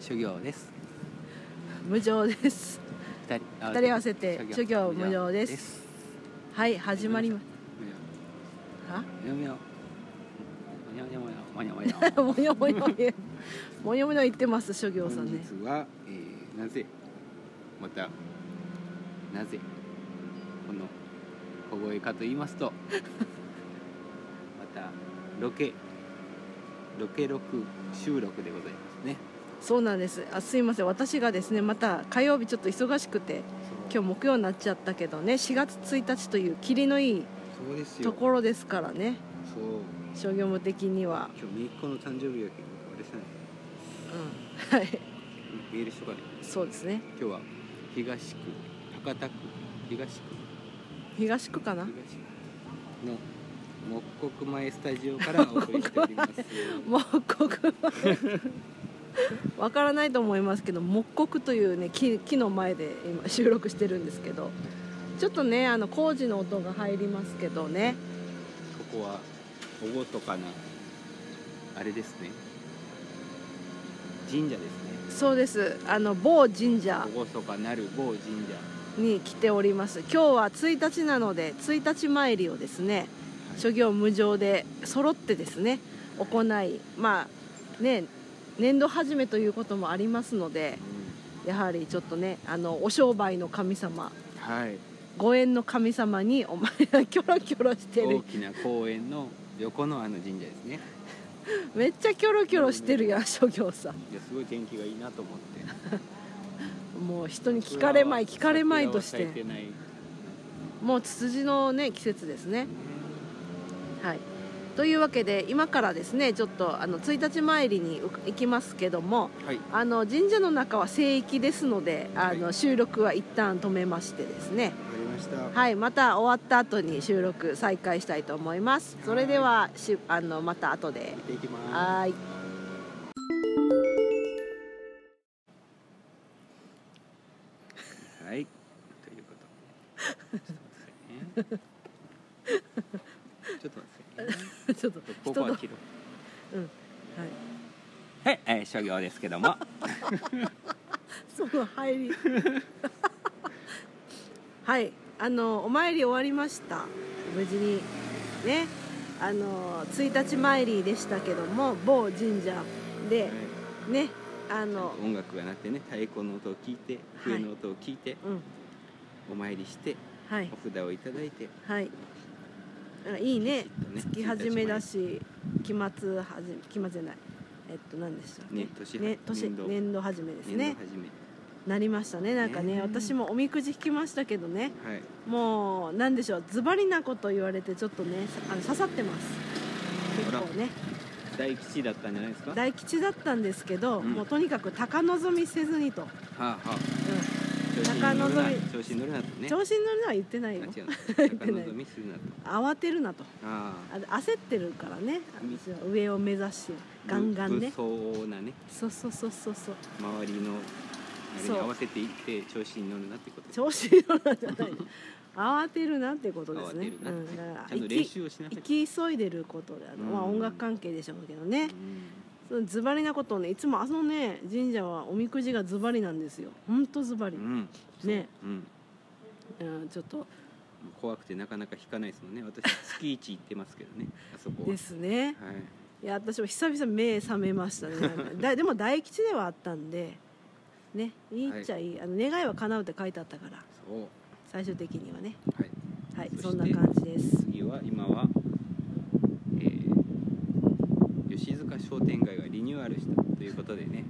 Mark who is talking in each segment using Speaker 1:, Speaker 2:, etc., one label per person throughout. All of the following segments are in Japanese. Speaker 1: 修行です
Speaker 2: 無常です
Speaker 1: 二人あ
Speaker 2: 二人合わせて
Speaker 1: 諸
Speaker 2: 諸行無常ですはい始まりま
Speaker 1: 無常む
Speaker 2: は
Speaker 1: にょむにょむにょむにょむにょむにょ
Speaker 2: もよもよ言うもよもよ言ってます諸行さんね
Speaker 1: 本日は、えー、なぜまたなぜこの小声かと言います とまたロケロケ録収録でございますね
Speaker 2: そうなんですあすいません私がですねまた火曜日ちょっと忙しくて今日木曜になっちゃったけどね4月1日という霧のいい
Speaker 1: そうですよ
Speaker 2: ところですからね
Speaker 1: そう
Speaker 2: 商業務的には、
Speaker 1: 今日めいっ子の誕生日だけどあれさ
Speaker 2: うん、はい
Speaker 1: メールしとかね
Speaker 2: そうですね
Speaker 1: 今日は東区博多区東区
Speaker 2: 東区かな
Speaker 1: 東の木国前スタジオからお送りしており ます
Speaker 2: 木刻 わからないと思いますけど木刻というね木木の前で今収録してるんですけどちょっとねあの工事の音が入りますけどね
Speaker 1: ここは厳かなあれですね神社ですね
Speaker 2: そうですあの某神社
Speaker 1: 厳かなる某神社
Speaker 2: に来ております今日は1日なので1日参りをですね諸行無常で揃ってですね行いまあね年度始めということもありますのでやはりちょっとねあのお商売の神様
Speaker 1: はい、はい、
Speaker 2: ご縁の神様にお前らキョロキョロして
Speaker 1: 大
Speaker 2: る
Speaker 1: きな公園の横のあの神社ですね
Speaker 2: めっちゃキョロキョロしてるやん諸行さ
Speaker 1: いやすごい天気がいいなと思って
Speaker 2: んもう人に 聞かれまい聞かれまいとし
Speaker 1: 桜は咲い
Speaker 2: て
Speaker 1: ない
Speaker 2: もうツツジのね季節ですねはいというわけで今からですねちょっとあの1日参りに行きますけども
Speaker 1: はい
Speaker 2: あの神社の中は聖域ですのであ
Speaker 1: は
Speaker 2: の収録は一旦止めましてですね
Speaker 1: わかりました
Speaker 2: はいまた終わった後に収録再開したいと思いますそれではしあのまた後で
Speaker 1: 行っていきます
Speaker 2: は ーい
Speaker 1: はい、ということで。ちょっと待ってね。ちょっと待ってね。
Speaker 2: ちょっと
Speaker 1: ここは切ろう。
Speaker 2: うんはい
Speaker 1: はい、えー、諸行ですけども。
Speaker 2: その入り はいあのお参り終わりました無事にねあの1日参りでしたけども某神社でねあの
Speaker 1: 音楽が鳴ってね、太鼓の音を聞いて、笛の音を聞いて、
Speaker 2: うん
Speaker 1: お参りして、
Speaker 2: はい
Speaker 1: お札をいただいて。
Speaker 2: はいあいいね
Speaker 1: きちっとね
Speaker 2: 月始めだし期末はじ期末じゃないえっと何でしたっけ
Speaker 1: ね年
Speaker 2: ね年
Speaker 1: 年度
Speaker 2: 年度始めです
Speaker 1: 年
Speaker 2: ね
Speaker 1: 度始め。
Speaker 2: なりましたねなんかね
Speaker 1: ね
Speaker 2: 私もおみくじ引きましたけどね
Speaker 1: はい。
Speaker 2: もうなんでしょうズバリなこと言われてちょっとねさあの刺さってます結
Speaker 1: あら
Speaker 2: 構ね
Speaker 1: 大吉だったんじゃないですか。は
Speaker 2: 大吉だったんですけど、
Speaker 1: うん
Speaker 2: もうとにかく高望みせずにと、うん
Speaker 1: あ、はあ。調子に乗るな。調子に乗るなとね。
Speaker 2: 調子に乗るのは言ってな
Speaker 1: あ
Speaker 2: い
Speaker 1: 違
Speaker 2: よ
Speaker 1: う の。高望みするなと。
Speaker 2: 慌てるなと
Speaker 1: ああ。
Speaker 2: あ焦ってるからね私は上を目指してガンガンね
Speaker 1: 不相なね。
Speaker 2: そうそうそうそうそう
Speaker 1: 周りのあれに合わせていって調子に乗るなってことです
Speaker 2: 調子に乗るのじゃない 慌てるなってことです
Speaker 1: 慌て
Speaker 2: ね
Speaker 1: るなって
Speaker 2: うん、だから
Speaker 1: ちゃんと
Speaker 2: 生
Speaker 1: 練
Speaker 2: き
Speaker 1: 習をしなさ
Speaker 2: 生
Speaker 1: い、
Speaker 2: き急いでることである、まあ
Speaker 1: うん
Speaker 2: 音楽関係でしょうけどね、
Speaker 1: うん
Speaker 2: そのズバリなことをねいつもあのね神社はおみくじがズバリなんですよほんとズバリ、
Speaker 1: うん
Speaker 2: ね
Speaker 1: そううん
Speaker 2: うん、ちょっと
Speaker 1: 怖くてなかなか引かないですもんね私月一行ってますけどねあそこは
Speaker 2: ですね
Speaker 1: はい
Speaker 2: いや私も久々目覚めましたねなんかだで も大吉ではあったんでねいいっちゃいい、あの願いは叶うって書いてあったから
Speaker 1: そう
Speaker 2: 最終的にはね
Speaker 1: はい
Speaker 2: はい
Speaker 1: そして
Speaker 2: そんな感じです
Speaker 1: 次は今は、えー、吉塚商店街がリニューアルしたということでね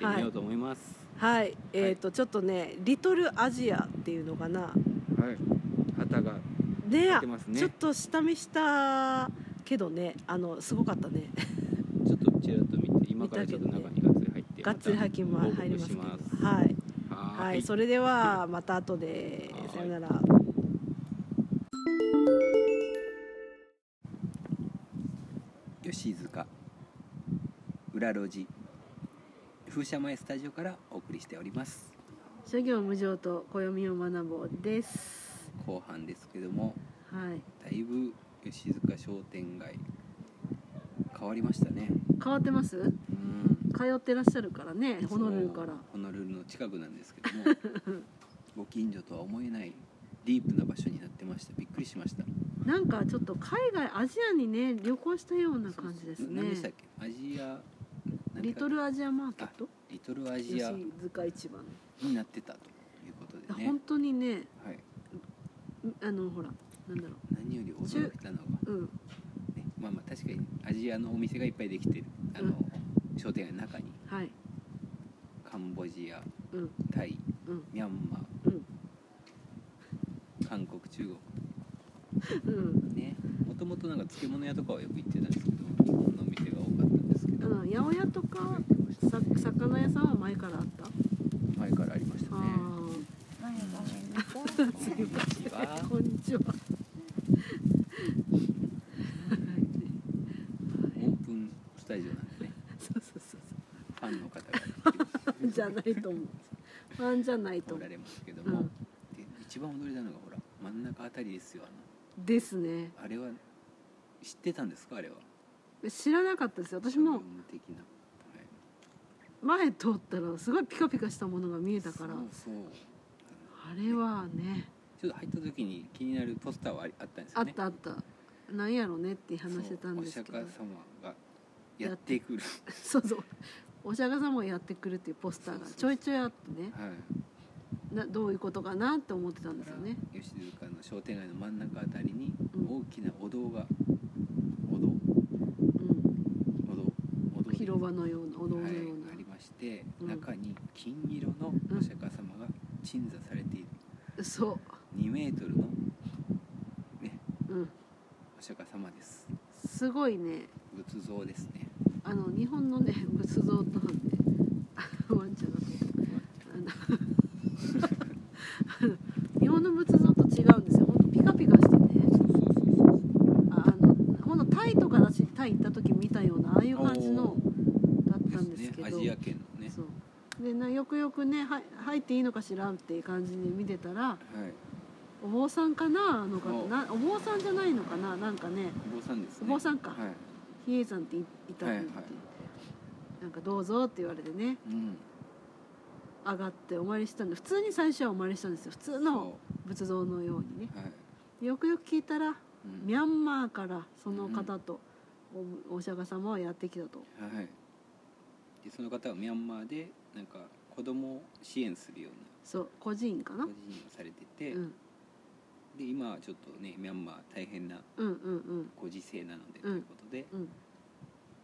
Speaker 1: 行ってみようと思います
Speaker 2: はいえっ、とちょっとね「リトルアジア」っていうのかな
Speaker 1: はい、旗が
Speaker 2: ね
Speaker 1: やってますね
Speaker 2: ちょっと下見したけどねあのすごかったね
Speaker 1: ちょっとちらっと見て今からちょっと中にがっつり入って
Speaker 2: がっつり入りま
Speaker 1: た
Speaker 2: 入りますけ
Speaker 1: 報
Speaker 2: ど
Speaker 1: 告し
Speaker 2: はい
Speaker 1: ます
Speaker 2: はい、それではまた後で
Speaker 1: はい
Speaker 2: さよなら。
Speaker 1: 吉塚裏路地風車前スタジオからお送りしております
Speaker 2: 諸行無常と暦を学ぼうです。
Speaker 1: 後半ですけども
Speaker 2: はい、
Speaker 1: だいぶ吉塚商店街変わりましたね
Speaker 2: 変わってます？
Speaker 1: うん
Speaker 2: 通ってらっしゃるからねホノルルから
Speaker 1: ホノルルの近くなんですけども ご近所とは思えないディープな場所になってましたびっくりしました
Speaker 2: なんかちょっと海外アジアにね旅行したような感じです
Speaker 1: そうそう何
Speaker 2: ね
Speaker 1: でしたっけアジアなんて
Speaker 2: リトルアジアマーケット
Speaker 1: リトルアジア
Speaker 2: 吉塚市場の、
Speaker 1: になってたということでね
Speaker 2: 本当にね
Speaker 1: はい
Speaker 2: あのほらなんだろ
Speaker 1: 何より驚いたのが、ね、
Speaker 2: ううん
Speaker 1: まあまあ確かにアジアのお店がいっぱいできてるあの、商店街の中に
Speaker 2: はい
Speaker 1: カンボジア
Speaker 2: うん
Speaker 1: タイ
Speaker 2: うん
Speaker 1: ミャンマ
Speaker 2: うん
Speaker 1: ー韓国中
Speaker 2: うん
Speaker 1: 国ねもともとなんか漬物屋とかはよく行ってたんですけど日本のお店が多かったんですけど、
Speaker 2: うん八百屋とかさ魚屋さんは前からあった、
Speaker 1: 前からありました
Speaker 2: あ
Speaker 1: ねこんにちは
Speaker 2: あこんにちは
Speaker 1: オープンスタジオなんでね
Speaker 2: そうそうそう
Speaker 1: ファンの方
Speaker 2: そうじゃないと思うファンじゃないと
Speaker 1: がおら
Speaker 2: 思う
Speaker 1: れますけど
Speaker 2: う
Speaker 1: も、
Speaker 2: ん
Speaker 1: で一番驚いたのがほら真ん中あたりですよあ
Speaker 2: ですね
Speaker 1: のあれは知ってたんですかあれは
Speaker 2: 知らなかったですよ私も
Speaker 1: 商業的な、はい
Speaker 2: 前通ったらすごいピカピカしたものが見えたから
Speaker 1: そうそう
Speaker 2: あれはね
Speaker 1: ちょっと入った時に気になるポスターはありあったんです
Speaker 2: あ
Speaker 1: よ
Speaker 2: っ
Speaker 1: ね
Speaker 2: たあったなんやろねって話してたんですけ
Speaker 1: そ
Speaker 2: ど
Speaker 1: うお釈迦様がやってくる
Speaker 2: そうそうお釈迦様をやってくるっていうポスターが
Speaker 1: そうそう
Speaker 2: ちょいちょいあってね
Speaker 1: はい
Speaker 2: などういうことかなって思ってたんですよね
Speaker 1: 吉塚の商店街の真ん中あたりに
Speaker 2: うん
Speaker 1: 大きなお堂が、お堂
Speaker 2: うん
Speaker 1: お堂お堂です
Speaker 2: 広場のようなお堂の
Speaker 1: は
Speaker 2: よ
Speaker 1: いうありまして、
Speaker 2: うん
Speaker 1: 中に金色のお釈迦様が鎮座されている、
Speaker 2: なそ
Speaker 1: 2メートルのね
Speaker 2: う、うん、
Speaker 1: お釈迦様です
Speaker 2: すごいね
Speaker 1: 仏像ですね
Speaker 2: あの日本のね 仏像とはねあワンちゃんがあのあの日本の仏像と違うんですよほんとピカピカしてね
Speaker 1: そうそうそうそう
Speaker 2: ああのほんとタイとかだしタイ行った時見たようなああいう感じのだったんですけ
Speaker 1: ね、
Speaker 2: ど
Speaker 1: アジア圏のね
Speaker 2: そうでなよくよくねは入っていいのかしらんっていう感じで見てたら
Speaker 1: はい
Speaker 2: お坊さんかなあの方
Speaker 1: お
Speaker 2: なお坊さんじゃないのかななんかね
Speaker 1: お坊さんです
Speaker 2: お
Speaker 1: ね
Speaker 2: 坊さんか、
Speaker 1: はい
Speaker 2: 比叡山っていいたんで、
Speaker 1: はいはい
Speaker 2: なんかどうぞって言われてね
Speaker 1: うん
Speaker 2: 上がってお参りしたんで普通に最初はお参りしたんですよ普通の
Speaker 1: そ
Speaker 2: 仏像のようにね
Speaker 1: うはい、
Speaker 2: よくよく聞いたら
Speaker 1: うん
Speaker 2: ミャンマーからその方とおお釈迦様はやってきたと
Speaker 1: はいでその方はミャンマーでなんか子供を支援するよう
Speaker 2: そう孤児院か
Speaker 1: な
Speaker 2: な
Speaker 1: 個人をされてて、
Speaker 2: うん
Speaker 1: で今はちょっとねミャンマー大変な
Speaker 2: うんうん
Speaker 1: ご時世なので、
Speaker 2: ん
Speaker 1: ということで
Speaker 2: うんうん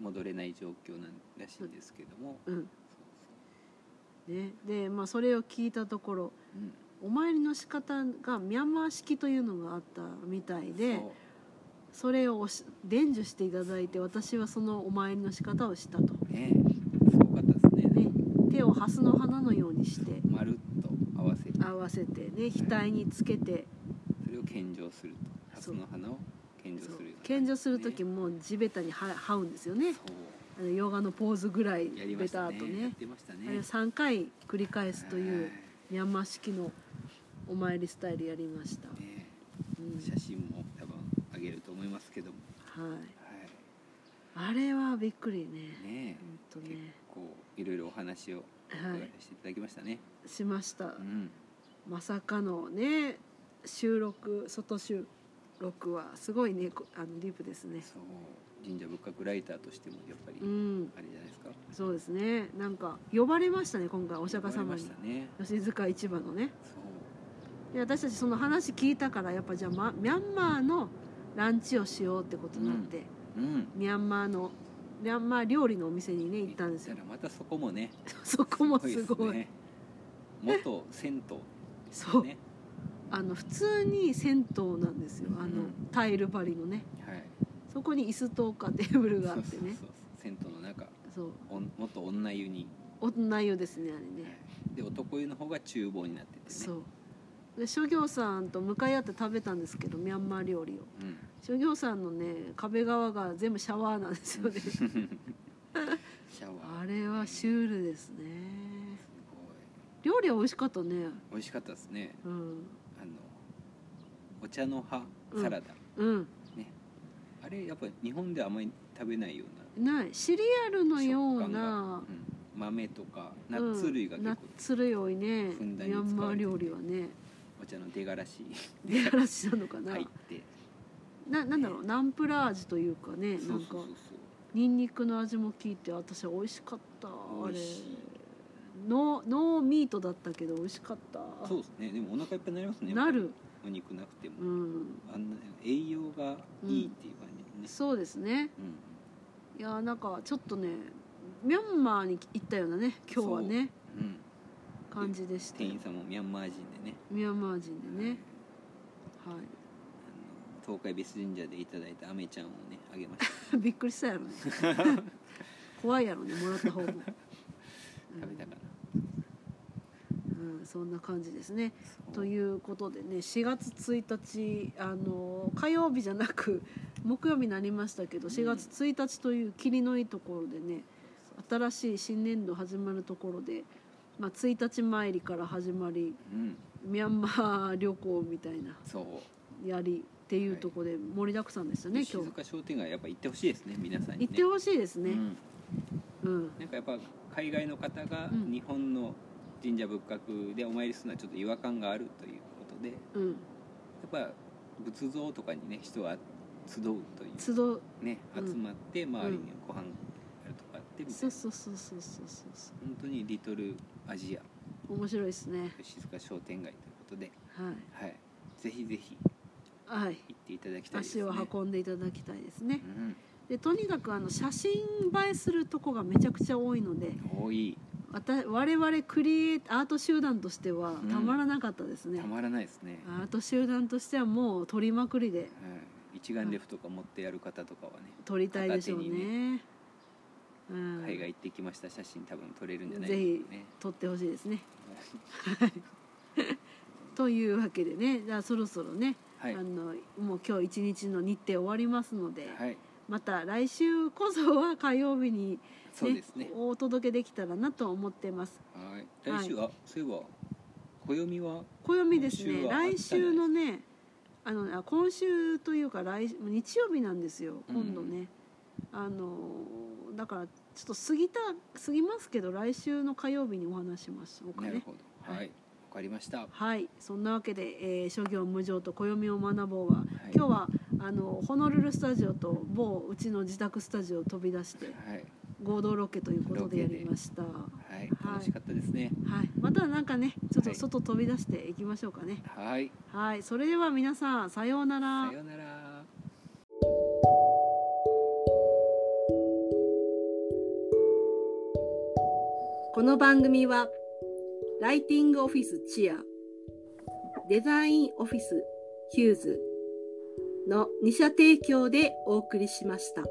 Speaker 1: 戻れない状況なんらしいんですけども、
Speaker 2: うん
Speaker 1: そう
Speaker 2: ねでまあそれを聞いたところ
Speaker 1: そううん
Speaker 2: お参りの仕方がミャンマー式というのがあったみたいで
Speaker 1: そう
Speaker 2: それをおし伝授していただいて私はそのお参りの仕方をしたと、
Speaker 1: ねすごかったですね
Speaker 2: ね、手を蓮の花のようにして
Speaker 1: まるっと合わせて
Speaker 2: 合わせてね額につけて
Speaker 1: それを献上すると蓮
Speaker 2: そう
Speaker 1: の花を献上す
Speaker 2: そう
Speaker 1: るような感じですね
Speaker 2: 献上する時も地べたには這うんですよね
Speaker 1: そ
Speaker 2: あのヨガのポーズぐらいう
Speaker 1: やりま
Speaker 2: ベ
Speaker 1: した
Speaker 2: タ
Speaker 1: ね
Speaker 2: ーと
Speaker 1: やっ
Speaker 2: ね
Speaker 1: てました
Speaker 2: あれ
Speaker 1: ね
Speaker 2: を3回繰り返すというミャンマー式のお参りスタイルやりました、
Speaker 1: はいね
Speaker 2: うん
Speaker 1: 写真も多分あげると思いますけども、
Speaker 2: はい、
Speaker 1: は
Speaker 2: あれはびっくりね
Speaker 1: い、ね
Speaker 2: 本当
Speaker 1: 結
Speaker 2: ね
Speaker 1: 構いろいろお話を
Speaker 2: は
Speaker 1: 伺
Speaker 2: い
Speaker 1: していただきましたね、
Speaker 2: しました、
Speaker 1: うん
Speaker 2: まさかのね収録外収録はすごいねこあのディープですね
Speaker 1: そう神社仏閣ライターとしてもやっぱり
Speaker 2: うん
Speaker 1: あれじゃないですか、
Speaker 2: そうですねなんか呼ばれましたね今回お釈迦
Speaker 1: 頑張
Speaker 2: 様
Speaker 1: りまし
Speaker 2: に
Speaker 1: たね
Speaker 2: 吉塚市場のね
Speaker 1: そう
Speaker 2: で私たちその話聞いたからやっぱじゃあ、ま、ミャンマーのランチをしようってことになって、
Speaker 1: うん
Speaker 2: ミャンマーのミャンマー料理のお店にね行ったんですよ
Speaker 1: 行ったらまたそこもね
Speaker 2: そこもす
Speaker 1: です
Speaker 2: ごい
Speaker 1: ね元銭
Speaker 2: そ
Speaker 1: 湯
Speaker 2: う
Speaker 1: ね
Speaker 2: あの普通に銭湯なんですよあ
Speaker 1: う
Speaker 2: の、
Speaker 1: ん
Speaker 2: タイル張りのね
Speaker 1: はい
Speaker 2: そこに椅子とかテーブルがあ
Speaker 1: そ
Speaker 2: っ
Speaker 1: う
Speaker 2: て
Speaker 1: そう
Speaker 2: ね
Speaker 1: そう銭湯の中
Speaker 2: そう
Speaker 1: おん元女湯に、
Speaker 2: 女湯ですねあれね
Speaker 1: で男湯の方が厨房になっててね
Speaker 2: そうで諸行さんと向かい合って食べたんですけどミャンマー料理を
Speaker 1: うん
Speaker 2: 諸行さんのね壁側が全部シャワーなんです よね
Speaker 1: シャワー
Speaker 2: あれはシュールですね
Speaker 1: すごい
Speaker 2: 料理は美味しかったね
Speaker 1: 美味しかったですね
Speaker 2: うん
Speaker 1: あのお茶の葉サラダ、
Speaker 2: うん
Speaker 1: ねあれやっぱり日本ではあまり食べないような
Speaker 2: ないシリアルのよう
Speaker 1: 食感が
Speaker 2: な
Speaker 1: うん豆とかナッツ類が
Speaker 2: うん
Speaker 1: 結
Speaker 2: ナッ
Speaker 1: 構、
Speaker 2: ツ類多いね
Speaker 1: ふんだん
Speaker 2: ミ
Speaker 1: に使わ
Speaker 2: ャ
Speaker 1: れて
Speaker 2: ンマー料理はね
Speaker 1: お茶の出がらし
Speaker 2: 出やらしなのかな、
Speaker 1: 入って
Speaker 2: ななんだろうナンプラー味というかね
Speaker 1: そ
Speaker 2: な
Speaker 1: うんそうそう
Speaker 2: かニンニクの味も効いて私美味しかった
Speaker 1: そう
Speaker 2: あ
Speaker 1: 美
Speaker 2: れ
Speaker 1: 味しい
Speaker 2: ノーノーミートだったけど美味しかった
Speaker 1: そうですねでもお腹いっぱいになりますね
Speaker 2: なる
Speaker 1: お肉なくても、
Speaker 2: うん
Speaker 1: あんな栄養がいいっていう感じですね、
Speaker 2: そうですね
Speaker 1: うん
Speaker 2: いやなんかちょっとねミャンマーに行ったようなね今日はね
Speaker 1: うん
Speaker 2: 感じでした
Speaker 1: 店
Speaker 2: よ
Speaker 1: 員さんもミャンマー人でね
Speaker 2: ミャンマー人でねは
Speaker 1: あの東海別神社でいただいたアメちゃんをねあげました
Speaker 2: い びっくりしたやろ ね怖いやろねもらった方も
Speaker 1: 食べたかな、
Speaker 2: うんうん、そんな感じですね
Speaker 1: そう
Speaker 2: ということでね4月1日あの火曜日じゃなく木曜日になりましたけど4月1日という霧のいいところでね新しい新年度始まるところで、まあ、1日参りから始まり
Speaker 1: うん
Speaker 2: ミャンマー旅行みたいな
Speaker 1: そう
Speaker 2: やりっていうところで盛りだくさんでしたね、
Speaker 1: 静
Speaker 2: 今
Speaker 1: 岡商店街やっぱ行ってほしいですね皆さんに、
Speaker 2: 日
Speaker 1: ね、
Speaker 2: 行ってほしいですね、
Speaker 1: うん
Speaker 2: うん
Speaker 1: なんかやっぱ海外の方が
Speaker 2: うん
Speaker 1: 日本の神社仏閣でお参りするのはちょっと違和感があるということでや
Speaker 2: うん
Speaker 1: っぱ仏像とかにね人は集うとい
Speaker 2: 集う
Speaker 1: うね集
Speaker 2: うん
Speaker 1: まって周りにご飯あるとかってみたい
Speaker 2: そう
Speaker 1: な
Speaker 2: そうそうそうそうそうそ
Speaker 1: 本当にリトルアジア
Speaker 2: う面白いですね
Speaker 1: 静岡商店街ということで、
Speaker 2: は
Speaker 1: はい、ぜひぜひ
Speaker 2: い、
Speaker 1: 行
Speaker 2: はい、
Speaker 1: っていただきたいです
Speaker 2: 足
Speaker 1: ね
Speaker 2: を運んでいただきたいですね、
Speaker 1: うん
Speaker 2: でとにかくあの写真映えするとこがめちゃくちゃ多いので
Speaker 1: 多い
Speaker 2: わた我々クリエイアート集団として
Speaker 1: う
Speaker 2: は
Speaker 1: ん
Speaker 2: たまらなかったですね、
Speaker 1: たまらないですね、は
Speaker 2: アート集団としてはもう撮りまくりで
Speaker 1: い、一眼レフとか持ってやる方とかはね、
Speaker 2: 撮りたいでしょうね
Speaker 1: 片手
Speaker 2: うん、
Speaker 1: 海外行ってきました写真多分撮れるんじゃない
Speaker 2: ぜ
Speaker 1: です
Speaker 2: ひ
Speaker 1: かね
Speaker 2: 撮ってほしいですねというわけでねじゃあそろそろね、
Speaker 1: はい
Speaker 2: あのもう今日一日の日程終わりますので、
Speaker 1: はい
Speaker 2: また来週こそは火曜日に、
Speaker 1: そうですね
Speaker 2: お届けできたらなと思ってます
Speaker 1: はい来週は、そういえば暦は
Speaker 2: 暦です
Speaker 1: 今週
Speaker 2: ね
Speaker 1: はあったね
Speaker 2: 来週のねあのあ今週というか来日曜日なんですよ
Speaker 1: うん
Speaker 2: 今度ね、あのだからちょっと過ぎた過ぎますけど来週の火曜日にお話しましょうか
Speaker 1: なる
Speaker 2: ね
Speaker 1: ほど
Speaker 2: は
Speaker 1: はいい、わかりました
Speaker 2: はいそんなわけで、えー、諸行無常と暦を学ぼうは、
Speaker 1: い
Speaker 2: 今日はあのホノルルスタジオと某うちの自宅スタジオを飛び出して
Speaker 1: はい
Speaker 2: 合同ロケということでやりました
Speaker 1: はい楽しかったですね
Speaker 2: はい、またなんかねちょっ
Speaker 1: は
Speaker 2: と
Speaker 1: い
Speaker 2: 外飛び出していきましょうかね
Speaker 1: はい
Speaker 2: はい、それでは皆さんさようなら
Speaker 1: さようなら
Speaker 2: この番組はライティングオフィスチアデザインオフィスヒューズの2社提供でお送りしました。